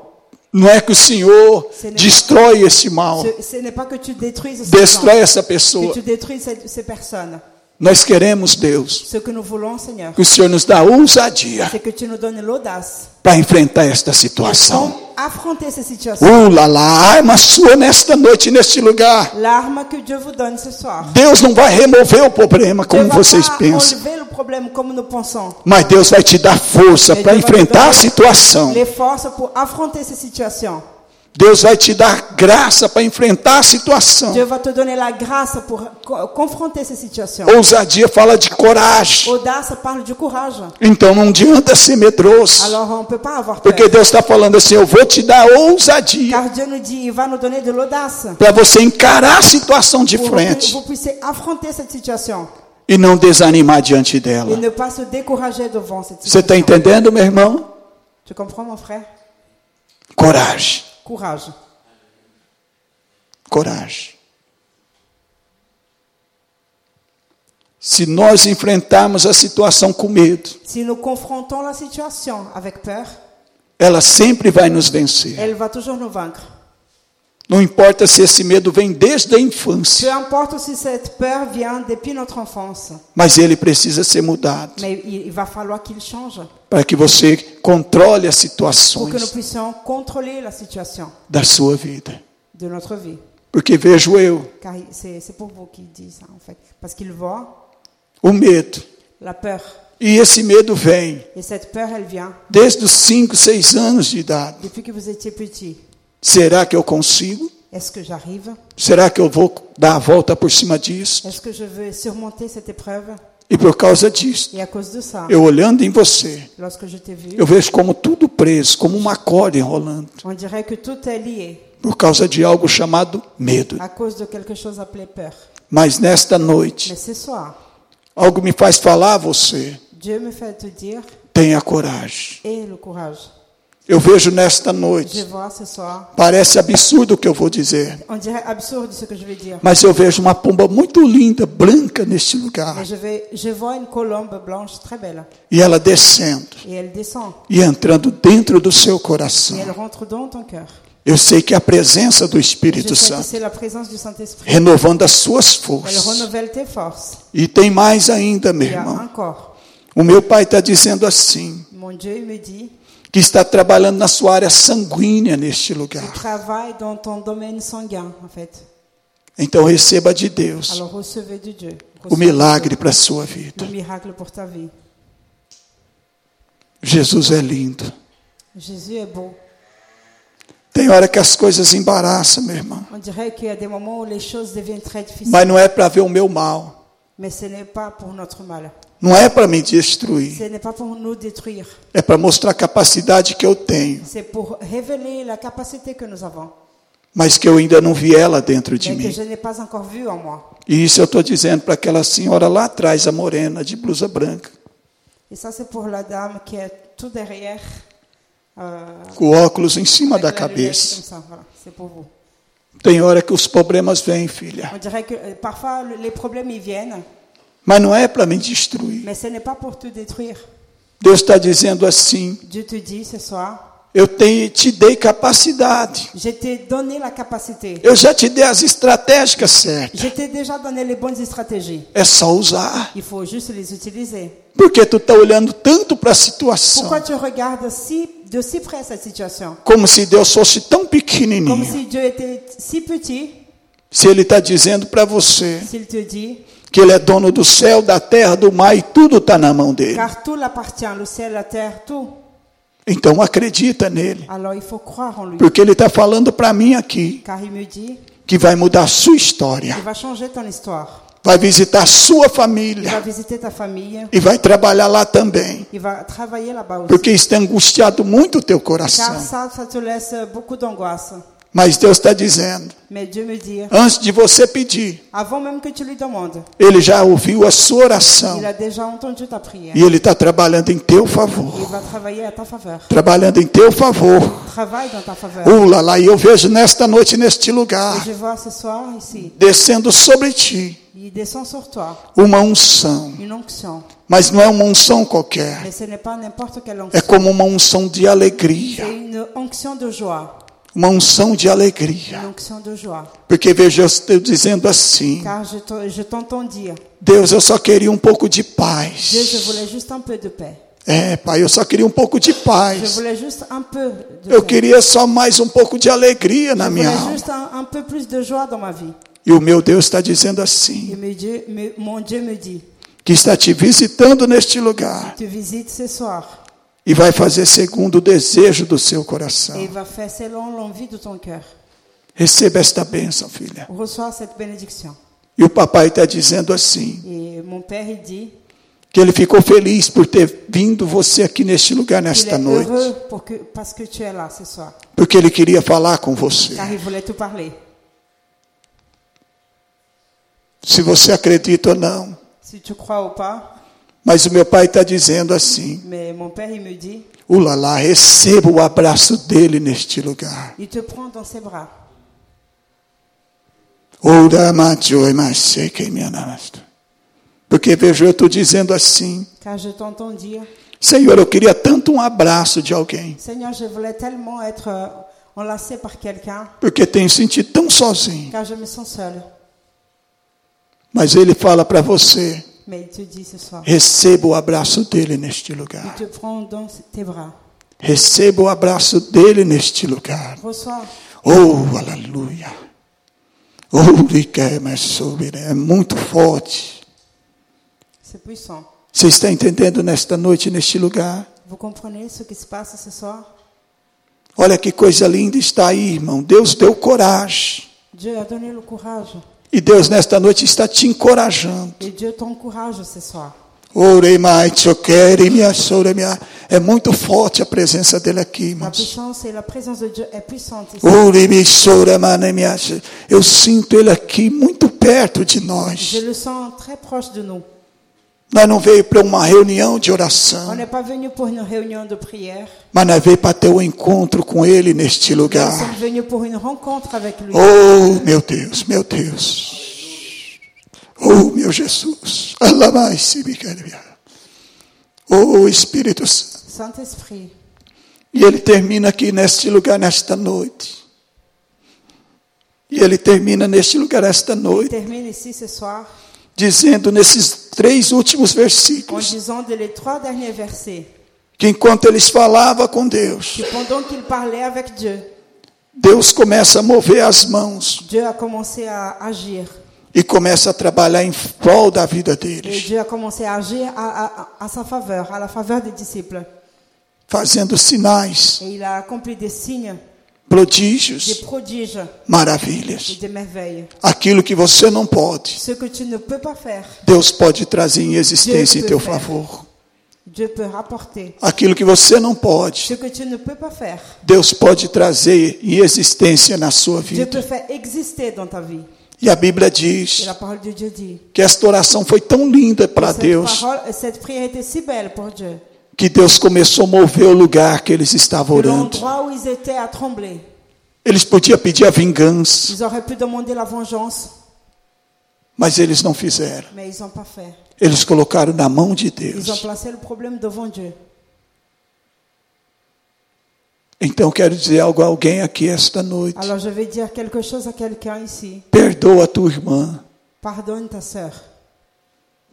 Speaker 2: não é que o Senhor destrói esse mal,
Speaker 3: ce, ce n'est pas que tu détruises ces
Speaker 2: destrói
Speaker 3: gens,
Speaker 2: essa pessoa.
Speaker 3: que tu détruises ces, ces personnes.
Speaker 2: Nós queremos, Deus,
Speaker 3: Ce que nous voulons, Seigneur,
Speaker 2: que o Senhor nos dá ousadia
Speaker 3: c'est que tu nous donnes l'audace
Speaker 2: para enfrentar esta
Speaker 3: pour
Speaker 2: situação.
Speaker 3: affronter ces situations.
Speaker 2: Uh, lá, lá, a arma sua nesta noite, neste lugar.
Speaker 3: L'arme que Dieu vous donne ce soir.
Speaker 2: Deus não vai remover o problema
Speaker 3: Dieu
Speaker 2: como
Speaker 3: va
Speaker 2: vocês
Speaker 3: pas
Speaker 2: pensam.
Speaker 3: enlever le problèmes comme nous pensons.
Speaker 2: Mas Deus vai te dar força
Speaker 3: Mais
Speaker 2: para
Speaker 3: Dieu va te
Speaker 2: enfrentar a
Speaker 3: donner
Speaker 2: situação.
Speaker 3: Les forces pour affronter ces situations.
Speaker 2: Deus vai te dar graça para enfrentar a situação.
Speaker 3: Dieu va te donner la grâce pour co- confronter ces situations.
Speaker 2: Ousadia fala de coragem.
Speaker 3: Audace parle du courage.
Speaker 2: Então não adianta ser medroso.
Speaker 3: Alors on ne peut pas avoir peur.
Speaker 2: Porque Deus está falando assim: eu vou te dar ousadia
Speaker 3: Car Dieu nous dit, il va nous donner de l'audace
Speaker 2: para você encarar a situação de
Speaker 3: pour que
Speaker 2: frente
Speaker 3: vous puissiez affronter cette situation
Speaker 2: e não desanimar diante
Speaker 3: et
Speaker 2: dela.
Speaker 3: ne pas se décourager devant cette
Speaker 2: Você está
Speaker 3: situation.
Speaker 2: entendendo, meu irmão?
Speaker 3: Tu comprends mon frère
Speaker 2: Coragem,
Speaker 3: Courage.
Speaker 2: coragem. Se nós enfrentarmos a situação com medo,
Speaker 3: Si nous confrontons la situation avec peur,
Speaker 2: ela sempre vai nos vencer.
Speaker 3: elle va toujours nous vaincre.
Speaker 2: Não importa se esse medo vem desde a infância,
Speaker 3: Peu importe si cette peur vient depuis notre enfance,
Speaker 2: mas ele precisa ser mudado
Speaker 3: mais il il va falloir qu'il change
Speaker 2: para que você controle as
Speaker 3: pour que nous
Speaker 2: situações
Speaker 3: puissions contrôler la situation
Speaker 2: da sua vida.
Speaker 3: de notre vie.
Speaker 2: Porque vejo eu,
Speaker 3: Car il- c'est c'est pour vous qu'il dit ça en fait. Parce qu'il voit
Speaker 2: o medo.
Speaker 3: la peur.
Speaker 2: E esse medo vem
Speaker 3: Et cette peur, elle vient
Speaker 2: desde os 5, 6 anos de idade.
Speaker 3: depuis que vous étiez petit.
Speaker 2: Será que eu consigo?
Speaker 3: Est-ce que j'arrive
Speaker 2: Será que eu vou dar a volta por cima disso?
Speaker 3: Est-ce que je veux surmonter cette épreuve
Speaker 2: E por causa disso,
Speaker 3: Et à cause de ça,
Speaker 2: eu olhando em você,
Speaker 3: lorsque je t'ai vu,
Speaker 2: eu vejo como tudo preso, como uma corda enrolando,
Speaker 3: on dirait que tout est lié
Speaker 2: por causa de algo chamado medo.
Speaker 3: à cause de quelque chose appelé peur.
Speaker 2: Mas nesta noite,
Speaker 3: Mais ce soir,
Speaker 2: algo me faz falar a você:
Speaker 3: Dieu me fait te dire,
Speaker 2: tenha coragem.
Speaker 3: et le courage.
Speaker 2: Eu vejo nesta
Speaker 3: Je
Speaker 2: noite,
Speaker 3: vois ce soir,
Speaker 2: parece absurdo o que eu vou dizer,
Speaker 3: on dirait absurde ce que je vais dire,
Speaker 2: mas eu vejo uma pomba muito linda, branca neste
Speaker 3: mais
Speaker 2: lugar,
Speaker 3: je, vais, je vois une colombe blanche très belle.
Speaker 2: e ela descendo.
Speaker 3: Et elle descend,
Speaker 2: e entrando dentro do seu
Speaker 3: et elle
Speaker 2: coração.
Speaker 3: rentre dans ton cœur.
Speaker 2: Eu sei que a presença do
Speaker 3: Je
Speaker 2: Espírito
Speaker 3: sais que
Speaker 2: Santo,
Speaker 3: c'est la présence du Saint-Esprit.
Speaker 2: renovando as suas
Speaker 3: Elle
Speaker 2: forças.
Speaker 3: renouvelle tes forces.
Speaker 2: E tem mais ainda, meu
Speaker 3: Il y a
Speaker 2: irmão.
Speaker 3: encore.
Speaker 2: O meu pai está dizendo assim,
Speaker 3: Mon Dieu il me dit,
Speaker 2: que está trabalhando na sua área sanguínea neste
Speaker 3: tu
Speaker 2: lugar.
Speaker 3: travailles dans ton domaine sanguin, en fait.
Speaker 2: Então receba de Deus
Speaker 3: Alors recevez de Dieu.
Speaker 2: o
Speaker 3: Recevez
Speaker 2: milagre
Speaker 3: de
Speaker 2: para a sua
Speaker 3: Dieu
Speaker 2: vida.
Speaker 3: Le miracle pour ta vie.
Speaker 2: Jesus é lindo.
Speaker 3: Jésus est beau.
Speaker 2: Tem hora que as coisas embaraçam, meu irmão.
Speaker 3: On dirait qu'il y a des moments où les choses deviennent très difficiles.
Speaker 2: Mas não é para ver o meu mal.
Speaker 3: Mais ce n'est pas pour notre mal.
Speaker 2: Não é para me destruir.
Speaker 3: Ce n'est pas pour nous détruire.
Speaker 2: É para mostrar a capacidade que eu tenho,
Speaker 3: C'est pour révéler la capacité que nous avons,
Speaker 2: mas que eu ainda não vi ela dentro de
Speaker 3: mais
Speaker 2: mim.
Speaker 3: que je n'ai pas encore vue en moi.
Speaker 2: E isso eu estou dizendo para aquela senhora lá atrás, a morena, de blusa branca,
Speaker 3: Et ça, c'est pour la dame qui est tout derrière. euh,
Speaker 2: com óculos em cima da
Speaker 3: avec la lunette,
Speaker 2: cabeça.
Speaker 3: comme ça, voilà, c'est pour vous.
Speaker 2: Tem hora que os problemas vêm, filha.
Speaker 3: On dirait que euh, parfois le- les problèmes ils viennent,
Speaker 2: Mas não é para me destruir.
Speaker 3: mais ce n'est pas pour te détruire.
Speaker 2: Deus está dizendo assim:
Speaker 3: Dieu te dit ce soir,
Speaker 2: eu te, te dei capacidade.
Speaker 3: je t'ai donné la capacité.
Speaker 2: Eu já te dei as estratégicas certas.
Speaker 3: Je t'ai déjà donné les bonnes stratégies.
Speaker 2: É só usar.
Speaker 3: Il faut juste les utiliser.
Speaker 2: Porque tu está olhando tanto para a situação,
Speaker 3: Pourquoi tu regardes si, de si près cette situation
Speaker 2: como se Deus fosse tão
Speaker 3: Comme
Speaker 2: pequenininho.
Speaker 3: si Dieu était si petit,
Speaker 2: Se Ele está dizendo para você
Speaker 3: s'il te dit,
Speaker 2: que Ele é dono do céu, da terra, do mar e tudo está na mão dele.
Speaker 3: car tout l'appartient, le ciel, la terre, tout.
Speaker 2: Então acredita nele.
Speaker 3: Alors il faut croire en lui.
Speaker 2: Porque ele está falando para mim aqui
Speaker 3: Car il me dit,
Speaker 2: que vai mudar a sua história,
Speaker 3: il va changer ton histoire.
Speaker 2: vai visitar a sua
Speaker 3: Il va
Speaker 2: família
Speaker 3: visiter ta famille.
Speaker 2: e vai trabalhar lá também.
Speaker 3: Il va travailler là-bas aussi.
Speaker 2: Porque está angustiado muito o teu
Speaker 3: Car
Speaker 2: coração.
Speaker 3: ça, ça te laisse beaucoup d'angoisse.
Speaker 2: Mas Deus está dizendo:
Speaker 3: Mais Dieu me dit,
Speaker 2: antes de você pedir,
Speaker 3: avant même que tu lui demandes,
Speaker 2: ele já ouviu a sua oração
Speaker 3: il a déjà entendu ta prière.
Speaker 2: e ele está trabalhando em teu
Speaker 3: Il
Speaker 2: favor.
Speaker 3: va travailler à ta favor.
Speaker 2: Trabalhando em teu favor.
Speaker 3: Travaille dans ta faveur.
Speaker 2: Ula lá, e eu vejo nesta noite, neste
Speaker 3: Et
Speaker 2: lugar,
Speaker 3: je vois ce soir ici,
Speaker 2: descendo sobre ti
Speaker 3: il descend sur toi
Speaker 2: uma unção.
Speaker 3: une onction.
Speaker 2: Mas não é uma unção qualquer.
Speaker 3: Mais ce n'est pas n'importe quelle
Speaker 2: É
Speaker 3: onction.
Speaker 2: como uma unção de alegria.
Speaker 3: C'est une onction de joie.
Speaker 2: Uma unção de
Speaker 3: Une
Speaker 2: alegria.
Speaker 3: onction de joie.
Speaker 2: Porque veja, eu estou dizendo assim:
Speaker 3: Car je te- je t'entends dire,
Speaker 2: Deus, eu só queria um pouco de
Speaker 3: Dieu, je
Speaker 2: paz.
Speaker 3: voulais juste un peu de paix.
Speaker 2: É, Pai, eu só queria um pouco de
Speaker 3: Je
Speaker 2: paz.
Speaker 3: voulais juste un peu de
Speaker 2: Eu
Speaker 3: paix.
Speaker 2: queria só mais um pouco de alegria
Speaker 3: Je
Speaker 2: na minha
Speaker 3: voulais
Speaker 2: alma.
Speaker 3: juste un, un peu plus de joie dans ma vie.
Speaker 2: E o meu Deus está dizendo
Speaker 3: Et
Speaker 2: assim:
Speaker 3: mes dieux- mes- mon Dieu me dit,
Speaker 2: que que está te visitando neste lugar
Speaker 3: te visite ce soir
Speaker 2: e vai fazer segundo o desejo do seu coração.
Speaker 3: et il va faire selon l'envie de ton cœur.
Speaker 2: Receba esta bênção, filha.
Speaker 3: Reçois cette bénédiction.
Speaker 2: E o papai está dizendo assim:
Speaker 3: Et mon père, il dit
Speaker 2: que ele ficou feliz por ter vindo você aqui neste lugar
Speaker 3: qu'il
Speaker 2: nesta
Speaker 3: est
Speaker 2: noite,
Speaker 3: heureux pour que, parce que tu es là ce soir,
Speaker 2: porque ele queria falar com você.
Speaker 3: car il voulait te parler.
Speaker 2: Se você acredita ou não,
Speaker 3: Si tu crois ou pas,
Speaker 2: mas o meu pai está dizendo assim:
Speaker 3: mais mon père, il me dit,
Speaker 2: Ulala, receba o abraço dele neste lugar.
Speaker 3: il te prend dans ses bras.
Speaker 2: Oramatioi massekei mianasto. Porque vejo eu estou dizendo assim:
Speaker 3: Car je t'entends dire,
Speaker 2: Senhor, eu queria tanto um abraço de alguém,
Speaker 3: Seigneur, je voulais tellement être euh, enlacé par quelqu'un,
Speaker 2: porque tenho sentido tão sozinho.
Speaker 3: car je me sens seule.
Speaker 2: Mas ele fala para você:
Speaker 3: Mais il te dit ce soir,
Speaker 2: receba o abraço dele neste
Speaker 3: il
Speaker 2: lugar.
Speaker 3: te prend dans tes bras.
Speaker 2: Receba o abraço dele neste lugar.
Speaker 3: Reçois.
Speaker 2: Oh, aleluia. Oh, Riquema Subir, é muito forte.
Speaker 3: C'est puissant.
Speaker 2: Você está entendendo nesta noite, neste lugar?
Speaker 3: Vous comprenez ce qui se passe ce soir
Speaker 2: Olha que coisa linda está aí, irmão. Deus deu coragem.
Speaker 3: Dieu a donné le courage.
Speaker 2: E Deus, nesta noite, está te encorajando.
Speaker 3: Et Dieu t'encourage ce soir.
Speaker 2: Orei mais, soquere, minha sora, minha. É muito forte a presença dele aqui,
Speaker 3: La
Speaker 2: irmãos.
Speaker 3: puissance et la présence de Dieu est puissante ici.
Speaker 2: Orei, minha sora, mane, minha so- Eu sinto ele aqui muito perto de
Speaker 3: Je
Speaker 2: nós.
Speaker 3: le sens très proche de nous.
Speaker 2: Nós não veio para uma reunião de
Speaker 3: On
Speaker 2: oração,
Speaker 3: n'est pas venu pour une réunion de prière.
Speaker 2: mas nós veio para ter um encontro com ele neste
Speaker 3: Nous sommes
Speaker 2: lugar.
Speaker 3: venus pour une rencontre avec lui.
Speaker 2: Oh, meu Deus, meu Deus. Oh, meu Jesus. Alamai-se, Micaelia. Oh, Espírito Santo.
Speaker 3: Saint-Esprit.
Speaker 2: E ele termina aqui neste lugar, nesta noite. E ele termina neste lugar, esta
Speaker 3: Il
Speaker 2: noite,
Speaker 3: termine ici ce soir
Speaker 2: dizendo nesses três últimos
Speaker 3: en
Speaker 2: versículos,
Speaker 3: disant de les trois derniers versets
Speaker 2: que enquanto eles falavam com Deus,
Speaker 3: que pendant qu'il parlait avec Dieu,
Speaker 2: Deus começa a mover as mãos
Speaker 3: Dieu a commencé à agir.
Speaker 2: e começa a trabalhar em prol da vida
Speaker 3: Et
Speaker 2: deles,
Speaker 3: Dieu a commencé à agir à, à- à sa faveur, à la faveur des disciples.
Speaker 2: fazendo sinais,
Speaker 3: Et il a accompli des signes, des
Speaker 2: prodígios,
Speaker 3: prodiges et
Speaker 2: maravilhas.
Speaker 3: des merveilles.
Speaker 2: Aquilo que você não pode,
Speaker 3: Ce que tu ne peux pas faire,
Speaker 2: Deus pode trazer em existência em teu favor.
Speaker 3: Dieu peut rapporter.
Speaker 2: Aquilo que você não pode,
Speaker 3: Ce que tu ne peux pas faire,
Speaker 2: Deus pode trazer em existência na sua vida.
Speaker 3: Dieu peut faire exister dans ta vie.
Speaker 2: E a Bíblia
Speaker 3: Et
Speaker 2: diz
Speaker 3: la parole de Dieu dit.
Speaker 2: que esta oração foi tão linda para
Speaker 3: Cette,
Speaker 2: Deus
Speaker 3: parole, cette prière était si belle pour Dieu.
Speaker 2: que Deus começou a mover o lugar que eles estavam
Speaker 3: que
Speaker 2: orando.
Speaker 3: L'endroit où ils étaient à trembler.
Speaker 2: Eles podiam pedir a vingança,
Speaker 3: Ils auraient pu demander la vengeance,
Speaker 2: mas eles não fizeram.
Speaker 3: mais ils n'ont pas fait.
Speaker 2: Eles colocaram na mão de
Speaker 3: Ils ont
Speaker 2: Deus.
Speaker 3: placé le problème devant Dieu.
Speaker 2: Então quero dizer algo a alguém aqui esta noite.
Speaker 3: Alors je vais dire quelque chose à quelqu'un ici.
Speaker 2: Perdoa a tua irmã.
Speaker 3: Pardonne ta sœur.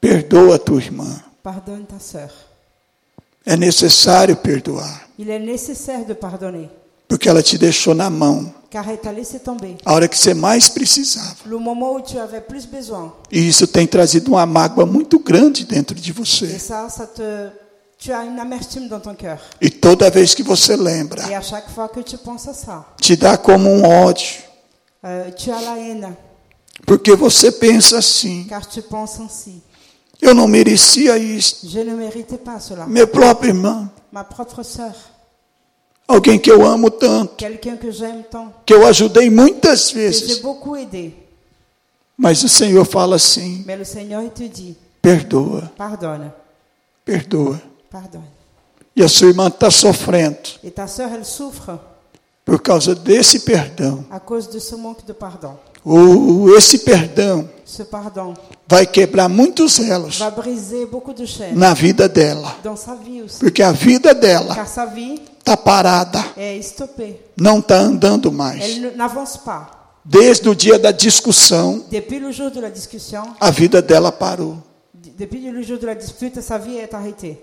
Speaker 2: Perdoa a tua irmã.
Speaker 3: Pardonne ta sœur.
Speaker 2: É necessário perdoar,
Speaker 3: Il est nécessaire de pardonner,
Speaker 2: porque ela te deixou na mão,
Speaker 3: car elle t'a laissé tomber.
Speaker 2: a hora que você mais precisava.
Speaker 3: Le moment où tu avais plus besoin.
Speaker 2: E isso tem trazido uma mágoa muito grande dentro de
Speaker 3: Et
Speaker 2: você.
Speaker 3: ça, ça te, tu as une amertume dans ton cœur.
Speaker 2: E toda vez que você lembra,
Speaker 3: Et à chaque fois que tu penses à ça,
Speaker 2: te dá como um ódio,
Speaker 3: euh, tu as la haine,
Speaker 2: porque você pensa assim:
Speaker 3: car tu penses ainsi.
Speaker 2: eu não merecia isso,
Speaker 3: Je ne méritais pas cela.
Speaker 2: meu próprio irmão,
Speaker 3: Ma propre sœur,
Speaker 2: alguém que eu amo tanto,
Speaker 3: quelqu'un que j'aime tant,
Speaker 2: que eu ajudei muitas
Speaker 3: que j'ai
Speaker 2: vezes.
Speaker 3: beaucoup aidé.
Speaker 2: Mas o Senhor fala assim:
Speaker 3: Mais le Seigneur, il te dit,
Speaker 2: perdoa,
Speaker 3: pardonne,
Speaker 2: perdoa.
Speaker 3: pardonne.
Speaker 2: E a sua irmã está sofrendo
Speaker 3: Et ta sœur, elle souffre
Speaker 2: por causa desse perdão.
Speaker 3: à cause de ce manque de pardon.
Speaker 2: O- Esse perdão
Speaker 3: Ce pardon
Speaker 2: vai quebrar muitos elos
Speaker 3: va briser beaucoup de chaînes
Speaker 2: na vida dela.
Speaker 3: dans sa vie aussi.
Speaker 2: Porque a vida dela
Speaker 3: Car sa vie
Speaker 2: está parada,
Speaker 3: est stoppée.
Speaker 2: não está andando mais.
Speaker 3: Elle ne- n'avance pas.
Speaker 2: Desde o dia da discussão,
Speaker 3: Depuis le jour de la discussion,
Speaker 2: a vida dela parou.
Speaker 3: d- depuis le jour de la dispute, sa vie est arrêtée.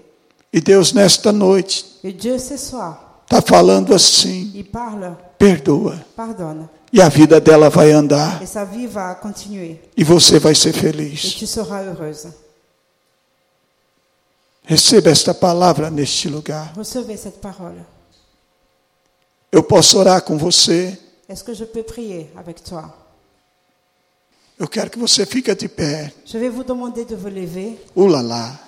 Speaker 2: E Deus, nesta noite,
Speaker 3: Et Dieu, ce soir,
Speaker 2: está falando assim:
Speaker 3: il parle,
Speaker 2: perdoa.
Speaker 3: pardonne.
Speaker 2: E a vida dela vai andar.
Speaker 3: Et sa vie va continuer.
Speaker 2: E você vai ser
Speaker 3: Et
Speaker 2: feliz.
Speaker 3: tu seras heureuse.
Speaker 2: Receba esta palavra neste lugar.
Speaker 3: Recevez cette parole.
Speaker 2: Eu posso orar com você.
Speaker 3: Est-ce que je peux prier avec toi
Speaker 2: Eu quero que você fique de pé.
Speaker 3: Je vais vous demander de vous lever.
Speaker 2: Ulala.